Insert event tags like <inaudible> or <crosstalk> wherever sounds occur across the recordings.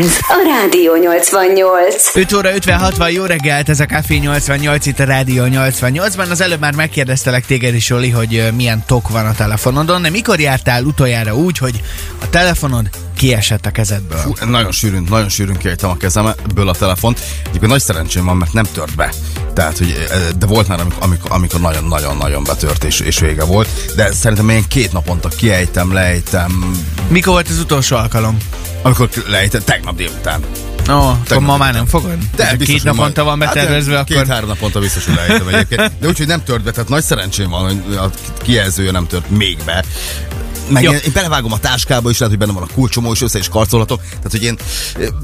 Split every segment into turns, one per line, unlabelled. Ez a Rádió 88.
5 óra 56 van, jó reggelt, ez a Café 88, itt a Rádió 88-ban. Az előbb már megkérdeztelek téged is, Oli, hogy ö, milyen tok van a telefonodon, de mikor jártál utoljára úgy, hogy a telefonod kiesett a kezedből?
Hú, nagyon sűrűn, nagyon sűrűn kiejtem a kezemből a telefont. Egyébként nagy szerencsém van, mert nem tört be. Tehát, hogy, e, de volt már, amikor, amikor, amikor nagyon-nagyon-nagyon betört és, és vége volt. De szerintem én két naponta kiejtem, lejtem,
Mikor volt az utolsó alkalom?
amikor lejtem, tegnap délután.
Ó, akkor ma már nem fogod? Ha két
hogy
naponta
majd-
van betervezve,
hát,
akkor...
Két-három naponta biztos, hogy lejtem egyébként. De úgyhogy nem tört be, tehát nagy szerencsém van, hogy a kijelzője nem tört még be. Meg
Jó.
én, én, belevágom a táskába is, lehet, hogy benne van a kulcsomó, és össze is karcolhatok. Tehát, hogy én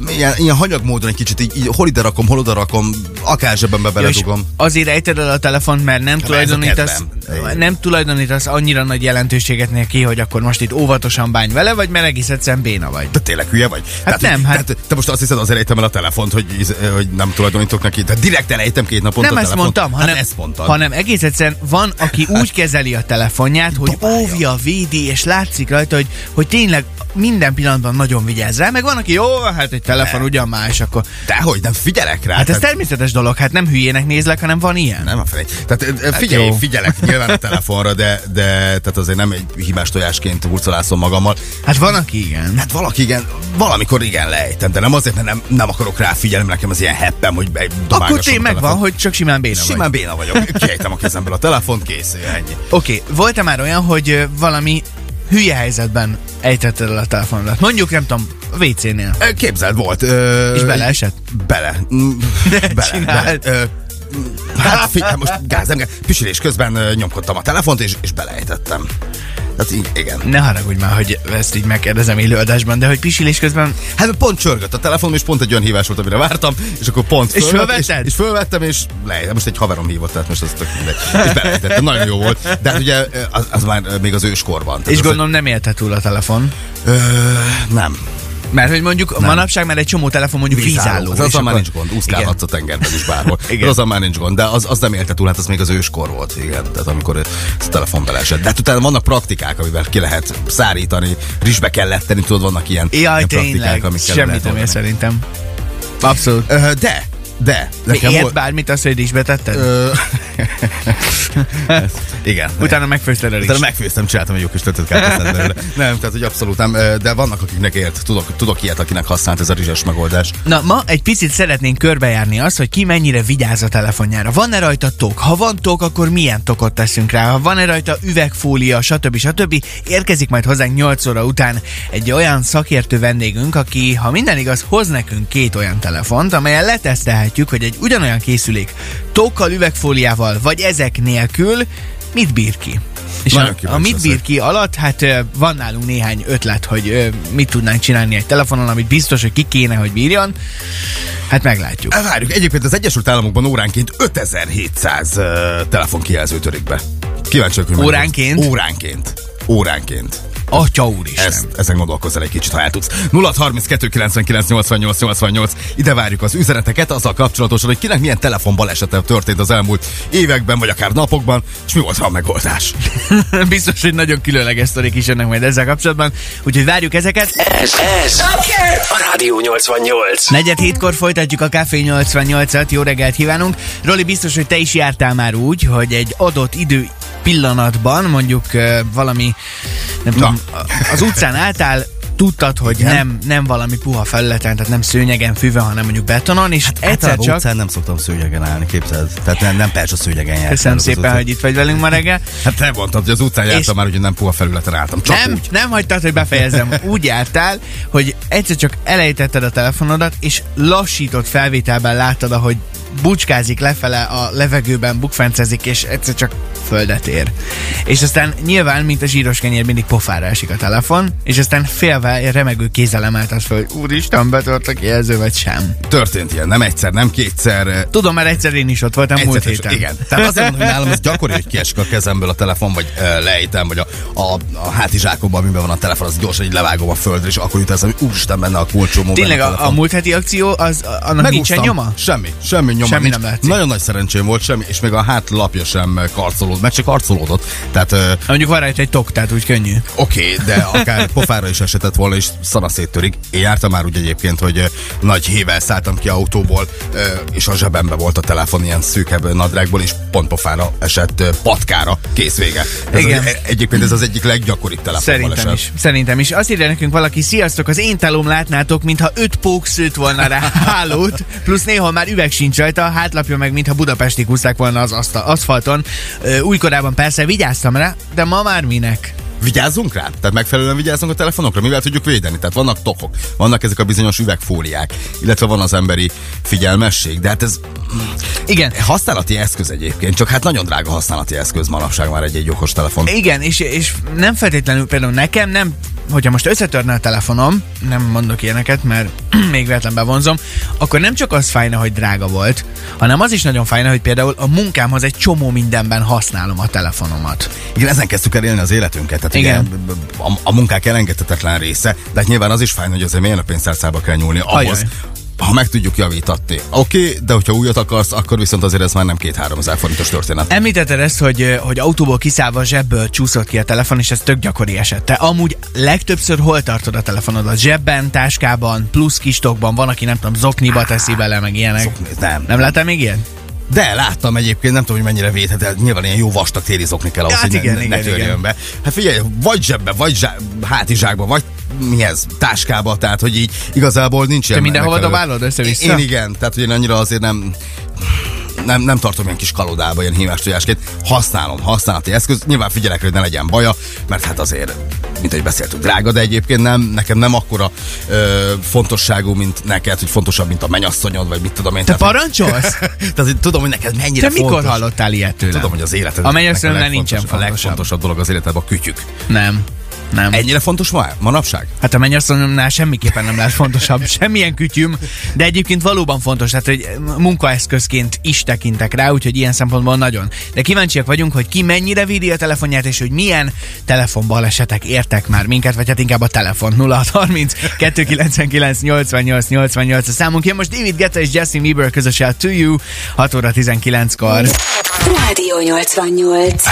e, ilyen, ilyen hanyag módon egy kicsit így, így hol ide rakom, hol oda rakom, akár zsebembe
Ja, és
beledugom.
azért ejted el a telefont, mert nem tulajdonítasz,
kedvem.
nem tulajdonítasz annyira nagy jelentőséget neki, hogy akkor most itt óvatosan bánj vele, vagy mert egész egyszerűen béna vagy.
Te tényleg hülye vagy? tehát,
nem,
hogy-
hát-
Tehát, te most azt hiszed, azért ejtem el a telefont, hogy, íz- eh, hogy nem tulajdonítok neki. Tehát direkt elejtem két naponta
nem
a
ezt
telefont.
mondtam, hanem,
hát ezt mondtad.
hanem egész egyszerűen van,
<laughs>
aki úgy kezeli a telefonját, hogy
Dobálja.
óvja, védi, és látszik rajta, hogy, hogy tényleg minden pillanatban nagyon vigyáz rá, meg van, aki jó, hát egy telefon ugyan más, akkor...
Dehogy, nem figyelek rá.
Hát ez
tehát-
természetes dolog, hát nem hülyének nézlek, hanem van ilyen.
Nem a felé. Tehát hát figyelj,
jó.
figyelek nyilván a telefonra, de, de tehát azért nem egy hibás tojásként hurcolászom magammal.
Hát van, aki igen.
Hát valaki igen, valamikor igen lejtem, de nem azért, mert nem, nem akarok rá figyelni, nekem az ilyen heppem, hogy egy
Akkor tény megvan, hogy csak simán béna vagy.
Simán béna vagyok. <laughs> Kiejtem a kezemből a telefont, kész, ennyi.
Oké, okay, volt-e már olyan, hogy ö, valami hülye helyzetben ejtetted el a telefonodat? Mondjuk, nem tudom, a WC-nél.
Ö, Képzeld, volt. Ö,
És beleesett?
Bele.
<laughs>
Mm, bele, bele.
csináld.
Ö, mm, hát figyelj, most gáz, nem gáz. Püsülés közben ö, nyomkodtam a telefont, és, és belejtettem. Tehát így, igen.
Ne haragudj már, hogy ezt így megkérdezem élőadásban, de hogy pisilés közben
Hát pont csörgött a telefonom, és pont egy olyan hívás volt, amire vártam, és akkor pont
És
fölvett,
fölvetted?
És, és fölvettem, és le, most egy haverom hívott, tehát most az tök mindegy. És belejtettem, nagyon jó volt. De hát ugye az, az már ö, még az őskorban. Tehát
És
az,
gondolom nem élte túl a telefon.
Ö, nem.
Mert hogy mondjuk nem. manapság már egy csomó telefon mondjuk vízálló. és
Az, azzal
akkor-
már nincs gond, úszkálhatsz a tengerben is bárhol.
<laughs> Igen.
igen. Azzal már nincs gond, de az, az nem élte túl, hát az még az őskor volt, igen. Tehát amikor ez a telefon beleesett. De hát utána vannak praktikák, amivel ki lehet szárítani, rizsbe kell letteni, tudod, vannak ilyen,
Jaj,
ilyen praktikák,
tényleg,
amikkel
semmit
lehet
nem ér
oldani.
szerintem. Abszolút.
Ö, De, de.
Mi
Nekem
ért
volt-
bármit azt, hogy is betetted? <laughs>
Ö, Igen.
Utána megfőzted el is.
Utána megfőztem, csináltam egy jó kis
<laughs>
tötöt belőle. Nem, tehát hogy abszolút nem, ö, de vannak akiknek élt, tudok, tudok ilyet, akinek használt ez a rizses megoldás.
Na, ma egy picit szeretnénk körbejárni azt, hogy ki mennyire vigyáz a telefonjára. Van-e rajta tok? Ha van tok, akkor milyen tokot teszünk rá? Ha van-e rajta üvegfólia, stb. stb. Érkezik majd hozzánk 8 óra után egy olyan szakértő vendégünk, aki, ha minden igaz, hoz nekünk két olyan telefont, amelyen letesztelhetjük, hogy egy ugyanolyan készülék tokkal, üvegfóliával, vagy ezek nélkül mit bír ki. És
Nagyon
a, a
kíváncsi
mit
leszek.
bír ki alatt, hát ö, van nálunk néhány ötlet, hogy ö, mit tudnánk csinálni egy telefonon, amit biztos, hogy ki kéne, hogy bírjon. Hát meglátjuk.
Várjuk, egyébként az Egyesült Államokban óránként 5700 uh, telefonkijelző törik be. Kíváncsi vagyok, hogy mennyi
Óránként?
lesz. Óránként. Óránként.
Atya úristen.
Ezt, ezen gondolkozz el egy kicsit, ha el tudsz. 0 32 99 88 88. Ide várjuk az üzeneteket azzal kapcsolatosan, hogy kinek milyen telefonbalesete történt az elmúlt években, vagy akár napokban, és mi volt a megoldás.
<laughs> Biztos, hogy nagyon különleges sztorik is jönnek majd ezzel kapcsolatban, úgyhogy várjuk ezeket.
Ez, ez a Rádió 88.
Negyed hétkor folytatjuk a Café 88-at, jó reggelt kívánunk. Roli, biztos, hogy te is jártál már úgy, hogy egy adott idő pillanatban, mondjuk ö, valami, nem tudom, a- az utcán álltál, tudtad, hogy
Igen.
nem, nem valami puha felületen, tehát nem szőnyegen, fűve, hanem mondjuk betonon, és hát egyszer
Általában
csak...
utcán nem szoktam szőnyegen állni, képzeld. Tehát nem, nem persze szőnyegen jártam.
Köszönöm szépen, hogy itt vagy velünk ma reggel.
Hát te mondtad, hogy az utcán jártam
És-
már, hogy nem puha felületen álltam. Csak
nem,
úgy.
nem hagytad, hogy befejezem.
<laughs>
Úgy jártál, hogy egyszer csak elejtetted a telefonodat, és lassított felvételben láttad, ahogy bucskázik lefele a levegőben, bukfencezik, és egyszer csak földet ér. És aztán nyilván, mint a zsíros kenyér, mindig pofára esik a telefon, és aztán félve remegő kézzel emelted föl, hogy úristen, betört a kijelző, vagy sem.
Történt ilyen, nem egyszer, nem kétszer. eh,
Tudom, mert egyszer én is ott voltam
egyszer
múlt
és-
héten.
Igen. Tehát azért mondom, hogy nálam ez gyakori, hogy kiesik a kezemből a telefon, vagy uh, lejtem, vagy a, a, a hátizsákomban, amiben van a telefon, az gyorsan így levágom a földre, és akkor jut eszembe, hogy úristen benne a kulcsomó.
Tényleg
benne
a, a
telefon.
múlt heti akció, az, annak nincsen
Megúsztam.
nyoma?
Semmi, semmi nyoma
Semmi
nincs.
nem látszik.
Nagyon nagy szerencsém volt semmi, és még a hátlapja sem karcolódott, meg csak arcolódott. Tehát ö,
Mondjuk van rajta egy tok, tehát úgy könnyű.
Oké, okay, de akár pofára is esetett volna, és szana széttörik. Én jártam már úgy egyébként, hogy ö, nagy hével szálltam ki autóból, ö, és a zsebembe volt a telefon ilyen szűkebb ö, nadrágból, és pont pofára esett ö, patkára. Kész vége. Ez
Igen.
Az, e, egyébként ez az egyik leggyakoribb telefonbaleset.
Szerintem is. Szerintem is. Azt írja nekünk valaki, sziasztok, az én talom látnátok, mintha öt pók szőtt volna rá hálót, plusz néha már üveg sincs rajta, a hátlapja meg, mintha Budapestig húzták volna az asztal, aszfalton. Ö, Újkorában persze vigyáztam rá, de ma már minek?
Vigyázzunk rá? Tehát megfelelően vigyázzunk a telefonokra, mivel tudjuk védeni. Tehát vannak tokok, vannak ezek a bizonyos üvegfóliák, illetve van az emberi figyelmesség. De hát ez
Igen.
használati eszköz egyébként, csak hát nagyon drága használati eszköz manapság már egy-egy okos telefon.
Igen, és, és nem feltétlenül például nekem nem, hogyha most összetörne a telefonom, nem mondok ilyeneket, mert <clears throat> még véletlen bevonzom, akkor nem csak az fájna, hogy drága volt, hanem az is nagyon fájna, hogy például a munkámhoz egy csomó mindenben használom a telefonomat.
Igen, ezen kezdtük el élni az életünket. Tehát
Igen.
igen. Ugye, a, a munkák elengedhetetlen része, de hát nyilván az is fájna, hogy azért milyen a pénztárcába kell nyúlni ahhoz,
Ajaj.
ha meg tudjuk javítatni. Oké, okay, de hogyha újat akarsz, akkor viszont azért ez már nem két-három ezer forintos történet.
Említetted ezt, hogy, hogy autóból kiszállva a zsebből csúszott ki a telefon, és ez tök gyakori eset. Te amúgy legtöbbször hol tartod a telefonodat? Zsebben, táskában, plusz kistokban, van, aki nem tudom, zokniba teszi bele, meg ilyenek.
Zokni, nem.
Nem láttam még ilyen?
De láttam egyébként, nem tudom, hogy mennyire védhet, de igen, ilyen jó vastag térizokni kell ahhoz,
Hát
hogy
igen,
ne, ne
igen,
törjön
igen.
be. Hát figyelj, vagy zsebbe, vagy zsá, hátizsákba, vagy mi ez, táskába, tehát hogy így igazából nincs ilyen.
mindenhova
megfelelő-
dobálod össze-vissza?
Én igen, tehát hogy én annyira azért nem nem, nem tartom ilyen kis kalodába, ilyen hívás tojásként. Használom, használati eszköz. Nyilván figyelek, rá, hogy ne legyen baja, mert hát azért, mint ahogy beszéltük, drága, de egyébként nem, nekem nem akkora ö, fontosságú, mint neked, hogy fontosabb, mint a menyasszonyod, vagy mit tudom én.
Te
Tehát, hogy-
parancsolsz?
<laughs> tehát hogy tudom, hogy neked mennyire
Te
fontos.
mikor hallottál ilyet tőlem?
Tudom, hogy az életed.
A mennyasszonyomnál
nekem
nincsen
legfontos- A
fontosabb.
legfontosabb dolog az életedben a kütyük.
Nem. Nem. Egy.
Ennyire fontos ma, manapság?
Hát a mennyasszonyomnál semmiképpen nem lett fontosabb, semmilyen kütyüm, de egyébként valóban fontos, tehát hogy munkaeszközként is tekintek rá, úgyhogy ilyen szempontból nagyon. De kíváncsiak vagyunk, hogy ki mennyire védi a telefonját, és hogy milyen telefonbalesetek értek már minket, vagy hát inkább a telefon 0630 299 88 88 a számunk. Jön most David Guetta és Justin Bieber közös el To You 6 óra 19-kor.
Rádió 88.
Rádió 88.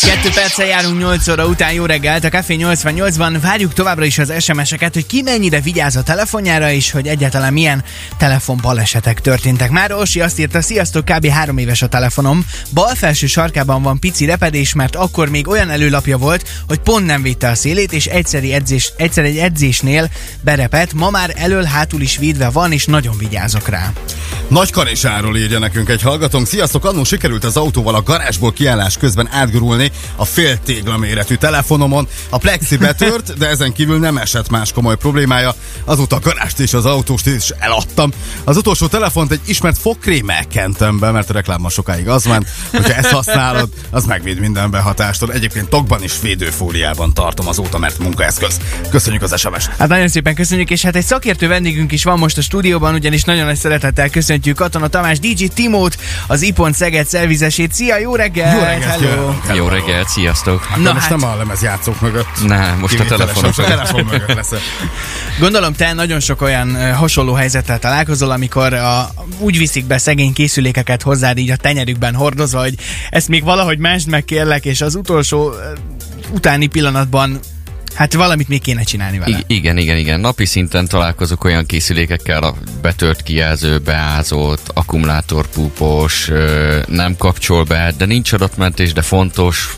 Kettő perccel járunk 8 óra után, jó reggelt, a Café 88-ban várjuk továbbra is az SMS-eket, hogy ki mennyire vigyáz a telefonjára, és hogy egyáltalán milyen telefonbalesetek történtek. Már Orsi azt írta, sziasztok, kb. három éves a telefonom, bal felső sarkában van pici repedés, mert akkor még olyan előlapja volt, hogy pont nem védte a szélét, és egyszeri edzés, egyszer egy edzésnél berepett, ma már elől-hátul is védve van, és nagyon vigyázok rá.
Nagy Kanésáról írja nekünk egy hallgatónk. Sziasztok, annó sikerült az autóval a garázsból kiállás közben átgurulni a fél tégla méretű telefonomon. A plexi betört, de ezen kívül nem esett más komoly problémája. Azóta a garást és az autóst is eladtam. Az utolsó telefont egy ismert fogkrémmel kentem be, mert a reklámban sokáig az ment. Hogyha ezt használod, az megvéd minden behatástól. Egyébként tokban is védőfóliában tartom azóta, mert munkaeszköz. Köszönjük az SMS-t.
Hát nagyon szépen köszönjük, és hát egy szakértő vendégünk is van most a stúdióban, ugyanis nagyon nagy szeretettel köszöntjük Katona Tamás DJ Timót, az Ipon Szeged szervizesét. Szia, jó reggelt!
Jó reggelt,
Hello!
Jörg.
Jó reggelt, sziasztok!
Na
Na
De most
hát.
hát... nem a lemezjátszók mögött.
Nem, most a
Kivételesen
telefonok
most a telefon mögött leszel.
Gondolom te nagyon sok olyan ö, hasonló helyzettel találkozol, amikor a, úgy viszik be szegény készülékeket hozzád így a tenyerükben hordozva, hogy ezt még valahogy másd meg kérlek, és az utolsó ö, utáni pillanatban hát valamit még kéne csinálni vele.
I- igen, igen, igen. Napi szinten találkozok olyan készülékekkel, a betört kijelző, beázott, akkumulátorpúpos, ö, nem kapcsol be, de nincs adatmentés, de fontos.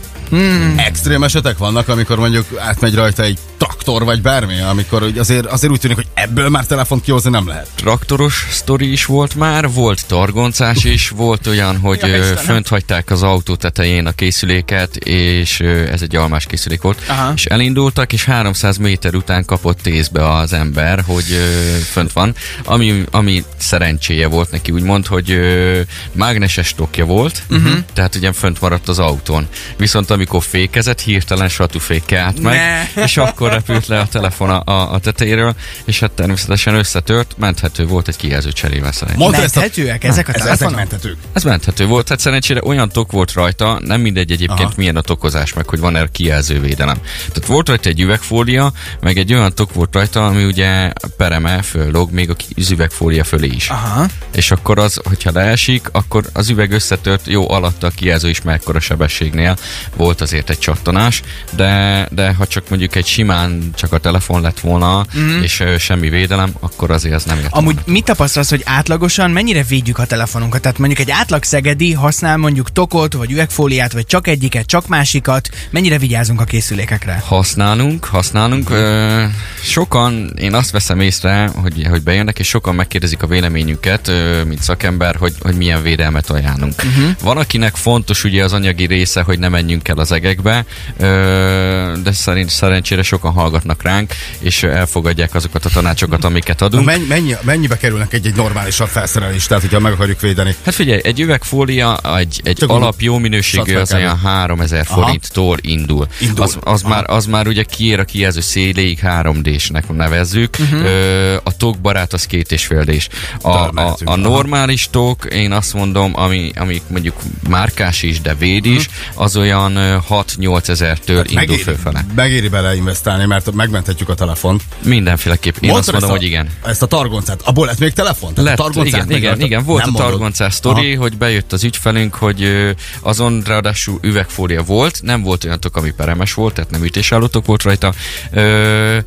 Extrém esetek vannak, amikor mondjuk átmegy rajta egy traktor vagy bármi, amikor úgy- azért, azért úgy tűnik, hogy ebből már telefon kihozni nem lehet.
Traktoros sztori is volt már, volt targoncás is, volt olyan, hogy
Ja,
ö,
Istenem.
fönt hagyták az autó tetején a készüléket, és ö, ez egy almás készülék volt,
Aha.
és elindultak, és 300 méter után kapott tészbe az ember, hogy ö, fönt van, ami, ami szerencséje volt neki, úgymond,
Mhm.
hogy ö, mágneses tokja volt, uh-huh. tehát ugye fönt maradt az autón. Viszont a amikor fékezett, hirtelen satúfékkel állt meg,
Ne.
és akkor repült le a telefon a, a, a tetejéről, és hát természetesen összetört, menthető volt egy kijelző cserével szerintem.
Mondta ezt a-
Menthetőek ezek a
ez- ezek
telefonok?
menthetők.
Ez menthető volt, hát szerencsére olyan tok volt rajta, nem mindegy egyébként Aha. milyen a tokozás, meg hogy van-e kijelzővédelem. Tehát volt rajta egy üvegfólia, meg egy olyan tok volt rajta, ami ugye pereme föllóg még a ki- az üvegfólia fölé is.
Aha.
És akkor az, hogyha leesik, akkor az üveg összetört, jó alatta a kijelző is mekkora sebességnél volt azért egy csattanás, de, de ha csak mondjuk egy simán csak a telefon lett volna, mm. és ö, semmi védelem, akkor azért az nem ért.
Amúgy mit tapasztalsz, hogy átlagosan mennyire védjük a telefonunkat? Tehát mondjuk egy átlag szegedi használ mondjuk tokot, vagy üvegfóliát, vagy csak egyiket, csak másikat. Mennyire vigyázunk a készülékekre?
Használunk, használunk. Ö, sokan, én azt veszem észre, hogy, hogy bejönnek, és sokan megkérdezik a véleményünket, ö, mint szakember, hogy, hogy milyen védelmet ajánlunk. Uh-huh. Van, akinek fontos ugye az anyagi része, hogy ne menjünk el az egekbe, ö, de szerint, szerencsére sokan hallgatnak ránk, és elfogadják azokat a tanácsokat, amiket
Na,
adunk.
Mennyi, mennyi, mennyibe kerülnek egy-egy normálisabb felszerelés, tehát hogyha meg akarjuk védeni?
Hát figyelj, egy üvegfólia, egy, egy
Csak
alap
úgy
jó minőségű,
satva
az
kell.
olyan 3000
Aha.
forinttól indul.
Indul.
Az, az, már, az már ugye kiér a kijelző széléig 3D-snek nevezzük,
Mhm.
uh-huh. Ö, a tok barát az két és fél D-s. A, a,
mehetünk.
a
Aha.
normális tok, én azt mondom, ami, ami mondjuk márkás is, de véd is, uh-huh. az olyan ö, 6-8 ezertől indul
Mhm. Hát Megéri,
fölfele.
megéri bele investálni, mert megmenthetjük a telefont.
Mindenféleképp. Én
Mondtad
azt mondom,
ezt a,
hogy igen.
Ezt a targoncát. Abból lett még telefon? Tehát
Lett,
a targoncát
igen,
még
igen,
rajta-
igen, volt
Nem
a
mondod.
targoncás
Aha.
sztori, hogy bejött az ügyfelünk, hogy ö, azon ráadásul üvegfólia volt, nem volt olyan tok, ami peremes volt, tehát nem ütésállótok volt rajta. Ö,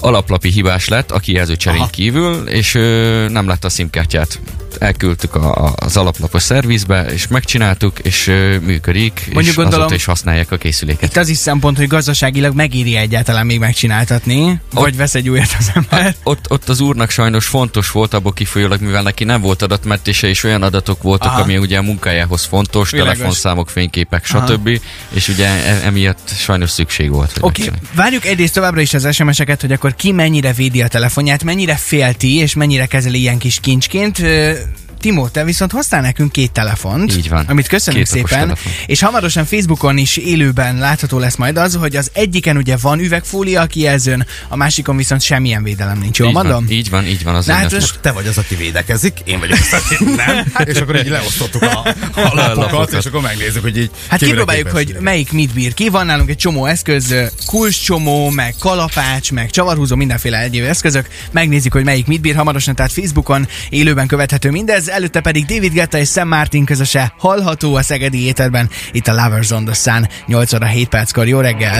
alaplapi hibás lett a kijelző cserén
Aha.
kívül, és ö, nem látta a szimkártyát. Elküldtük a, a, az alaplapos szervizbe, és megcsináltuk, és ö, működik,
Mondjuk
és
gondolom-
azóta is használják a készüléket.
Itt az is szempont, hogy gazdaságilag megéri egyáltalán még megcsináltatni, vagy vesz egy újat az ember.
ott, ott az úrnak sajnos fontos volt abból kifolyólag, mivel neki nem volt adatmentése, és olyan adatok voltak,
Aha.
Aha. ami ugye a munkájához
Világos.
fontos, Világos. telefonszámok, fényképek, stb. Aha. És ugye e- emiatt sajnos szükség volt. hogy
Oké, okay.
megcsinálj.
várjuk egyrészt továbbra is az SMS-eket, hogy akkor ki mennyire védi a telefonját, mennyire félti, és mennyire kezeli ilyen kis kincsként. Ö, Timó, te viszont hoztál nekünk két telefont.
Így van.
Amit köszönünk
Két okos
szépen.
telefon.
És hamarosan Facebookon is élőben látható lesz majd az, hogy az egyiken ugye van üvegfólia a kijelzőn, a másikon viszont semmilyen védelem nincs. Jól
Így
mondom?
Van, így van, így van. Az
Na,
én
hát
ezt
most
most-
Te vagy az, aki védekezik, én vagyok az, aki
<laughs>
nem.
Hát,
és akkor így leosztottuk a, a lapokat,
lapokat.
és akkor megnézzük, hogy így...
Hát
ki mire
kipróbáljuk,
képes.
hogy melyik mit bír ki. Van nálunk egy csomó eszköz, ö, kulcscsomó, meg kalapács, meg csavarhúzó, mindenféle egyéb eszközök. Megnézzük, hogy melyik mit bír hamarosan, tehát Facebookon élőben követhető mindez. Előtte pedig David Getta és Sam Martin közöse hallható a Szegedi éterben, itt a Lovers on the Sun, 8 óra 7 perckor. Jó reggel!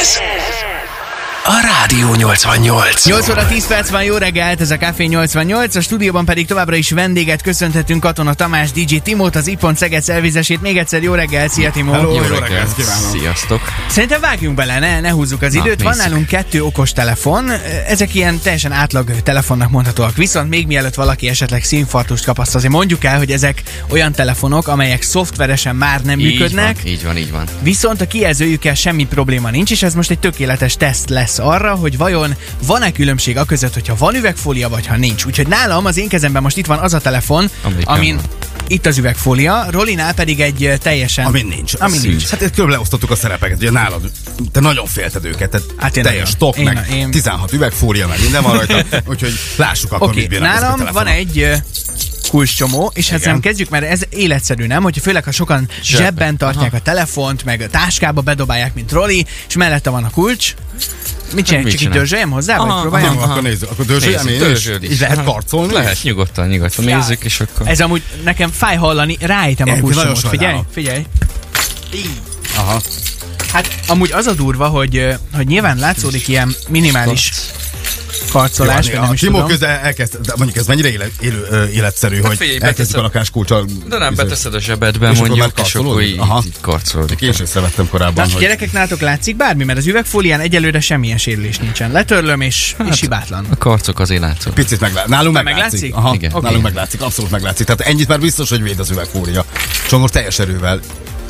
Ez a Rádió 88.
8 óra 10 perc van, jó reggelt, ez a Café 88, a stúdióban pedig továbbra is vendéget köszönhetünk Katona Tamás, DJ Timót, az Ipon Szeged szervizesét. Még egyszer jó reggel, szia Timó!
Hello.
Jó
Jó
reggelt,
reggelt kívánok.
sziasztok!
Szerintem vágjunk bele, ne, ne húzzuk az
Na,
időt. Van
nézzük.
nálunk kettő okos telefon, ezek ilyen teljesen átlag telefonnak mondhatóak. Viszont még mielőtt valaki esetleg színfartust kapaszt, azért mondjuk el, hogy ezek olyan telefonok, amelyek szoftveresen már nem működnek,
Így van, így van. Így van.
viszont a kijelzőjükkel semmi probléma nincs, és ez most egy tökéletes teszt lesz arra, hogy vajon van-e különbség a között, hogyha van üvegfólia, vagy ha nincs. Úgyhogy nálam az én kezemben most itt van az a telefon,
Amelyiken
amin
van.
itt az üvegfólia, Rolinál pedig egy ö, teljesen...
Ami nincs.
Ami
Szűz.
nincs.
Hát körülbelül leosztottuk a szerepeket, ugye nálad, te nagyon félted őket, tehát
Hát
hát
én
teljes
nagyon.
tok,
Én-
meg
én-
16 üvegfólia, meg minden
<laughs>
van rajta, úgyhogy lássuk akkor,
Oké,
mit bírnak ezek a
nálam van
telefonok.
egy ö, kulcscsomó, és ezzel
Igen.
kezdjük, mert ez életszerű, nem? Hogyha főleg, ha sokan zsebben,
Zsebben.
tartják Aha. a telefont, meg a táskába bedobálják, mint Roli, és mellette van a kulcs.
Hát
Mit csináljak?
mit
Csak így
csinál?
dözsöljem hozzá,
Aha,
vagy próbáljam?
Jó, akkor nézzük, akkor dörzsöljem
Nézzük,
én is.
dörzsöld is.
Így lehet
Aha.
karcolni?
Lehet, nyugodtan, nyugodtan. Nézzük, és akkor...
Ez amúgy nekem fáj hallani, ráejtem a
Én
kulcsomót.
nagyon
Figyelj,
sajnálom.
figyelj.
Aha.
Hát amúgy az a durva, hogy, ö, hogy nyilván látszódik ilyen minimális karcolás, vagy
Jó,
nem szóval
a
is
Timó
tudom. Hát
közel elkezd, de mondjuk ez mennyire éle, élő, ö, életszerű, hogy
figyelj,
elkezdjük
beteszed-
a lakáskulcsal.
De nem,
izé-
beteszed a zsebedbe,
És akkor
mondjuk, és
megkarcolódik?
akkor így,
Aha.
így karcolódik.
Én is észrevettem korábban,
Tehát hogy...
hogy
gyerekek, nálatok látszik bármi? Mert az üvegfólián egyelőre semmilyen sérülés nincsen. Letörlöm, és,
Hát,
és hibátlan.
A karcok azért látszódnak.
picit meglátszik. Nálunk
Te
meglátszik.
meglátszik?
Aha,
Igen.
nálunk
Oké.
meglátszik, abszolút meglátszik. Tehát ennyit már biztos, hogy véd az üvegfólia. Csongor teljes erővel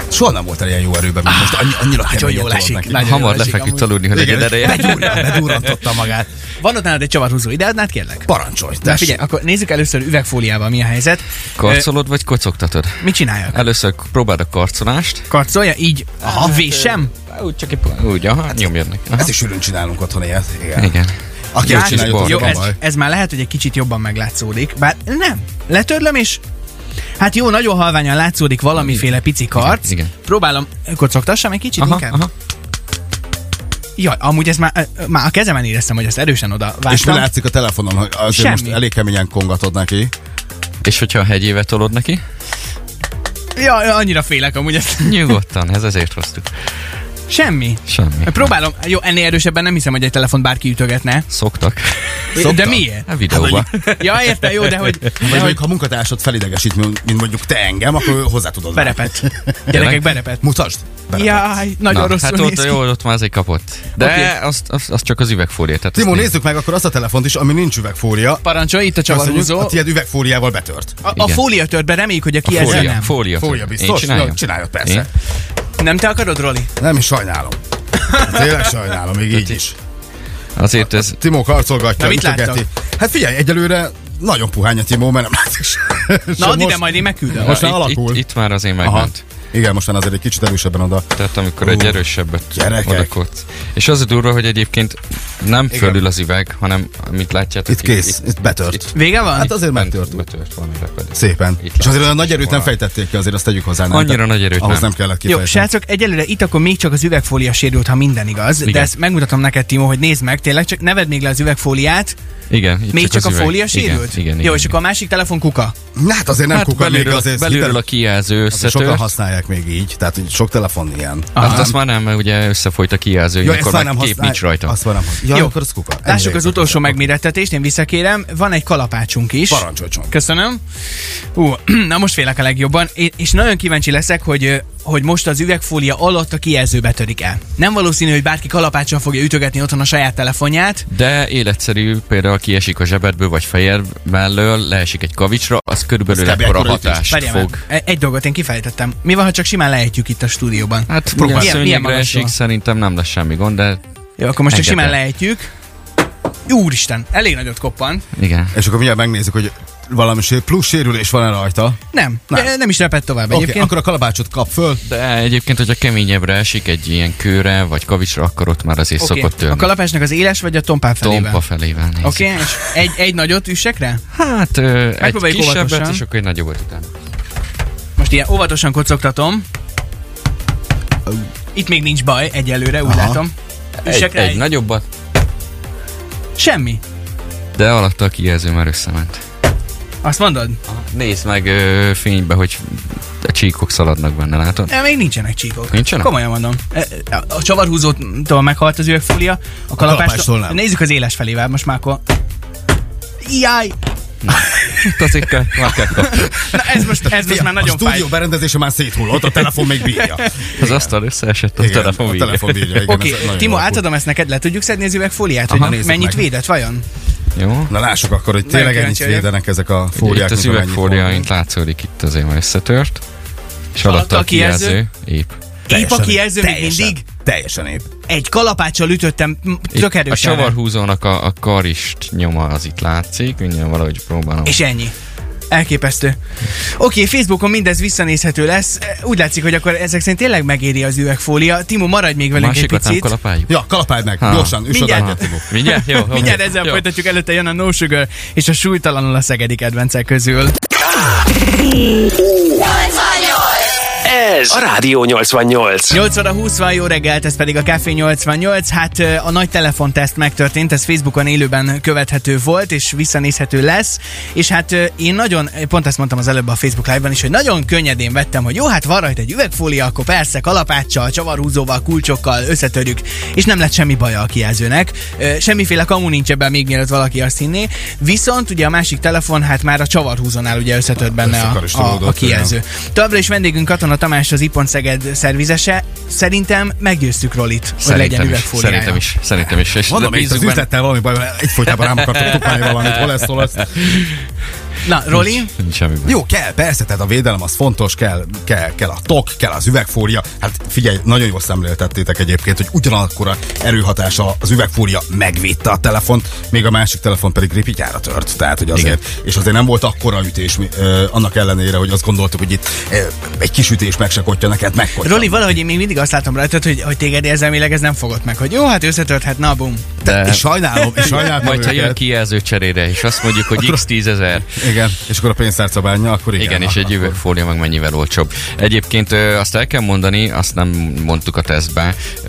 Soha nem volt ilyen jó erőben, mint most. Annyi, annyira
nagyon
keményen
jól
tolott
esik.
neki.
Nagyon
Hamar
jól esik
lefeküdt
amúgy.
aludni, hogy
Igen,
egyed ereje.
Bedurran- Bedurrantotta magát.
Van ott nálad egy csavarhúzó ideadnád, kérlek?
Parancsolj,
Na
tessék.
figyelj, akkor nézzük először üvegfóliával mi a helyzet. Ö,
Karcolod vagy kocogtatod?
Mit csináljak?
Először próbáld a karcolást.
Karcolja? Így? Aha, vésem?
Úgy csak egy... Úgy, aha, nyomjad neki. Aha.
Ezt is sűrűn csinálunk otthon ilyet. Igen.
Igen.
Aki
Jó,
ezt csinálja,
kis
ott
bor.
Jó,
van
ez,
baj.
ez már lehet, hogy egy kicsit jobban meglátszódik, bár nem. Letörlöm és Hát jó, nagyon halványan látszódik valamiféle pici karc.
igen.
Próbálom, kocogtassam egy kicsit
Aha,
inkább.
aha.
Jaj, amúgy ez már, ö, már a kezemen éreztem, hogy ezt erősen oda vágtam.
És mi látszik a telefonon, hogy azért most
Semmi.
elég keményen kongatod neki.
És hogyha a hegyével tolod neki?
Jaj, annyira félek amúgy ezt.
Nyugodtan, ez ezért hoztuk.
Semmi.
Semmi.
Próbálom, jó, ennél erősebben nem hiszem, hogy egy telefon bárki ütögetne.
Szoktak.
De
Szoktam.
miért?
A videóba.
Ja, érte, jó, de hogy...
Vagy mondjuk, ha munkatársad felidegesít, mint mint mondjuk te engem, akkor hozzá tudod. vágni.
Berepet. Gyerekek,
Tényleg?
berepet.
Mutasd. Berepet.
Jaj, nagyon
Na,
rosszul
hát
néz
ott,
ki.
jó, ott már azért kapott. De
Oké.
okay. azt, azt, azt, csak az üvegfólia. Tehát
Timo,
azt
nézzük meg akkor azt a telefont is, ami nincs üvegfólia.
Parancsolj, itt a
Azt
csavarhúzó.
mondjuk, A tiéd üvegfóliával betört.
A, a
Igen.
fólia tört be, reméljük, hogy aki ezzel
Fólia,
nem.
fólia.
Fólia
Én
biztos?
csináljam?
Jó, csináljad, persze.
Én?
Nem te akarod, Roli?
Nem, is sajnálom. Hát Tényleg sajnálom, még így is.
Azért ez...
Timó karcolgatja,
Na, mit
ütögeti.
láttok?
Hát figyelj, egyelőre nagyon puhány a Timó, mert nem látszik se-
Na,
sem
add ide,
most.
majd én megküldöm.
Most már
itt,
alakul.
Itt, itt, már azért
Aha.
megment.
Igen, mostan azért egy kicsit erősebben oda.
Tehát amikor
Ú,
egy erősebbet
gyerekek.
odakott. És az a durva, hogy egyébként nem
Igen.
fölül az üveg, hanem amit látjátok.
Itt kész, itt betört.
Vége van?
Hát azért
bent
megtört.
Betört valami repedés.
Szépen.
Itt
És azért olyan
látszik
nagy erőt nem
volna.
fejtették ki, azért azt tegyük hozzá. Nem?
Annyira
Tehát
nagy erőt
Ahhoz
nem.
nem kellett
Jó,
kifejteni.
srácok, egyelőre itt akkor még csak az üvegfólia sérült, ha minden igaz. De
Igen.
ezt megmutatom neked, Timo, hogy nézd meg, tényleg csak neved még le az üvegfóliát.
Igen. Itt
Még csak,
az
a
üveg.
fólia sérült?
Igen, igen,
Jó,
igen,
és akkor a másik telefon kuka.
Na, hát azért nem
Hát
kuka még
belülről,
azért.
belülről a
hitel-
kijelző
azért sokan
összetört.
használják még így, tehát hogy sok telefon ilyen.
Hát azt már nem, mert ugye összefolyt a kijelző,
Jó,
Jó,
ezt
akkor
már
már
nem
kép
használ-
nincs rajta.
Azt már nem használ. Jó,
Jó.
akkor az kuka. Ennyire
Lássuk az
igazad
utolsó
van.
megmérettetést, én visszakérem. Van egy kalapácsunk is.
Parancsolj, Csong.
Köszönöm. Ú, <clears throat> na most félek a legjobban, Én, és nagyon kíváncsi leszek, hogy ö, hogy most az üvegfólia alatt a kijelző betörik el. Nem valószínű, hogy bárki kalapáccsal fogja ütögetni otthon a saját telefonját.
De életszerű, például kiesik a zsebedből vagy fejed mellől, leesik egy kavicsra, az körülbelül
Ez kb.
ekkora
ekkora ütés.
hatást
Várjál
fog.
már, e- egy dolgot én kifejtettem. Mi van, ha csak simán lehetjük itt a stúdióban?
Hát
Milyen-
milyen
milyen
szőnyegre
magasról?
esik, szerintem nem lesz semmi gond, de
Jó, akkor most csak
Engedd
simán
el.
lehetjük. Úristen, elég nagyot koppant.
igen.
És akkor mindjárt megnézzük, hogy valami sér, plusz sérülés van-e rajta.
Nem,
Nem.
nem, de nem is repett tovább
Oké, okay,
egyébként.
akkor a kalapácsot kap föl.
De egyébként, hogyha keményebbre esik egy ilyen kőre vagy kavicsra, akkor ott már azért
Oké,
okay. szokott
A
törni.
kalapácsnak az éles vagy a tompán felével?
Tompa felével nézzük.
Oké, okay, és egy, egy nagyot üssekre?
Hát ö, egy
Megpróbáljuk
kisebbet,
óvatosan.
és akkor egy nagyobbet utána.
Most ilyen óvatosan kocogtatom. Itt még nincs baj, egyelőre, úgy
Aha.
látom.
Egy,
Üssek rá
egy nagyobbat,
Semmi.
de alatta a kijelző már összement.
Azt mondod?
Nézd meg ö, fénybe, hogy a csíkok szaladnak benne,
<laughs>
látod?
De még nincsenek csíkok.
Ah. Nincsenek?
Komolyan mondom. E, a- A csavarhúzótól meghalt az üvegfólia, a kalapástól
kalapástól
nem.
nem.
Nézzük az éles felével, most már akkor... Jaj!
Itt azért kell, már kell kapni.
Na ez
<laughs>
most, ez most már
a
nagyon fáj.
stúdió berendezése már széthullott, a telefon még bírja.
Az asztal összeesett, a
Igen,
telefon
a
vége.
telefon bírja. igen,
Oké,
ez nagyon
Timo, hát
alakul.
átadom ezt neked, le tudjuk szedni az üvegfóliát,
Aha,
hogy
nézzük
mennyit
meg.
védett vajon?
Jó?
Na lássuk akkor, hogy
Nagyon
tényleg ennyit
kíváncsi vagyok.
védenek ezek a
Ugye
fóliák.
Itt az
mint amennyit
üvegfóliaint
volna.
látszódik, itt azért már összetört. És
Alatta
alatta
a
a
kijelző.
kijelző. Épp.
Épp a
Teljesen-
kijelző még
teljesen-
mindig?
Teljesen épp.
Egy kalapáccsal ütöttem, m-
Itt
tök
a
erősen.
savarhúzónak a, a karist nyoma az itt látszik, mindjárt valahogy próbálom.
És ennyi. Elképesztő. Oké, Facebookon mindez visszanézhető lesz. Úgy látszik, hogy akkor ezek szerint tényleg megéri az üvegfólia. Timo, maradj még velünk egy
Másikat nem
picit.
kalapáljuk.
Ja, kalapáld meg,
Ha.
gyorsan, üsd
Mindjárt.
oda, Timo.
Mindjárt? Jó, oké.
<laughs> Mindjárt ezzel
Jó.
folytatjuk, előtte jön a No Sugar és a súlytalanul a szegedi kedvencek közül.
Ez a Rádió 88.
8 óra 20 van, jó reggelt, ez pedig a Café 88. Hát ö, a nagy telefonteszt megtörtént, ez Facebookon élőben követhető volt, és visszanézhető lesz. És hát ö, én nagyon, pont ezt mondtam az előbb a Facebook Live-ban is, hogy nagyon könnyedén vettem, hogy jó, hát van rajta egy üvegfólia, akkor persze kalapáccsal, csavarhúzóval, kulcsokkal összetörjük, és nem lett semmi baja a kijelzőnek. Ö, Semmiféle kamu nincs ebben, még mielőtt valaki azt hinné. Viszont ugye a másik telefon, hát már a csavarhúzónál ugye összetört benne a, a, a, a
Összekaristolódott,
kijelző. Továbbra is vendégünk Katona Tamás, az Ipon Szeged szervizese. Szerintem meggyőztük Rolit, hogy legyen
Szerintem is,
üvegfóliája.
szerintem is, szerintem is. És
Mondom,
de
itt az
bízunk benne.
üzlettel valami baj, van, egyfolytában rám akartak tupálni valamit, hol lesz, hol lesz.
Na, Roli?
Nincs semmi baj.
Jó, kell, persze, tehát a védelem az fontos, kell, kell, kell a tok, kell az üvegfória. Hát figyelj, nagyon jól szemléltettétek egyébként, hogy ugyanakkor a erőhatása az üvegfória megvédte a telefont, még a másik telefon pedig ripityára tört. Tehát, hogy azért, Igen. és azért nem volt akkora ütés, mi- ö, annak ellenére, hogy azt gondoltuk, hogy itt ö, egy kis ütés meg se kottya neked, megkottya.
Roli, valahogy én még mindig azt látom rajtad, hogy, hogy téged érzelmileg ez nem fogott meg, hogy jó, hát összetört, hát na bum.
de... És sajnálom, és sajnálom
Majd ha
őket.
jön kijelző cserére, és azt mondjuk, hogy x 10 ezer.
Igen, és akkor a pénztárcabánja, akkor igen. Hát
Igen, és egy
akkor-
üvegfólia meg mennyivel olcsóbb. Egyébként ö, azt el kell mondani, azt nem mondtuk a tesztben, ö,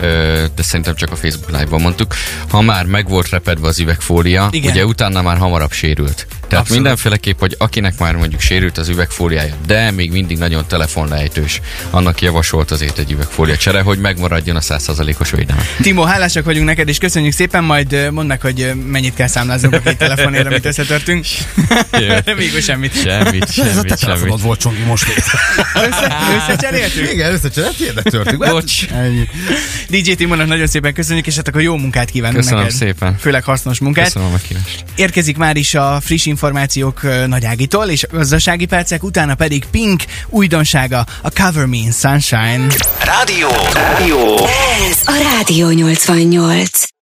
de szerintem csak a Facebook live-ban mondtuk, ha már meg volt repedve az üvegfólia,
Igen.
Igen. ugye utána már hamarabb sérült. Tehát Abszolút. mindenféleképp, hogy akinek már mondjuk sérült az üvegfóliája, de még mindig nagyon telefonlejtős, annak javasolt azért egy üvegfólia csere, hogy megmaradjon a 100%-os védelem.
Timo, hálásak vagyunk neked, és köszönjük szépen, majd ö, mondd meg, hogy ö, mennyit kell számláznunk a két telefonért, amit összetörtünk. Még semmit.
Semmit,
Ez a te
semmit, semmit.
telefonod volt, Csongi,
<laughs>
most
Össze, összecseréltük.
Igen, összecseréltük, de törtük. be.
Bocs.
Ennyi.
DJ Timónak nagyon szépen köszönjük, és hát akkor jó munkát kívánunk
Köszönöm
neked.
szépen.
Főleg hasznos munkát.
Köszönöm a meghívást.
Érkezik már is a friss információk ö, Nagy Ágitól, és a gazdasági percek, utána pedig Pink újdonsága, a Cover Me in Sunshine.
Rádió. Rádió.
Ez a Rádió 88.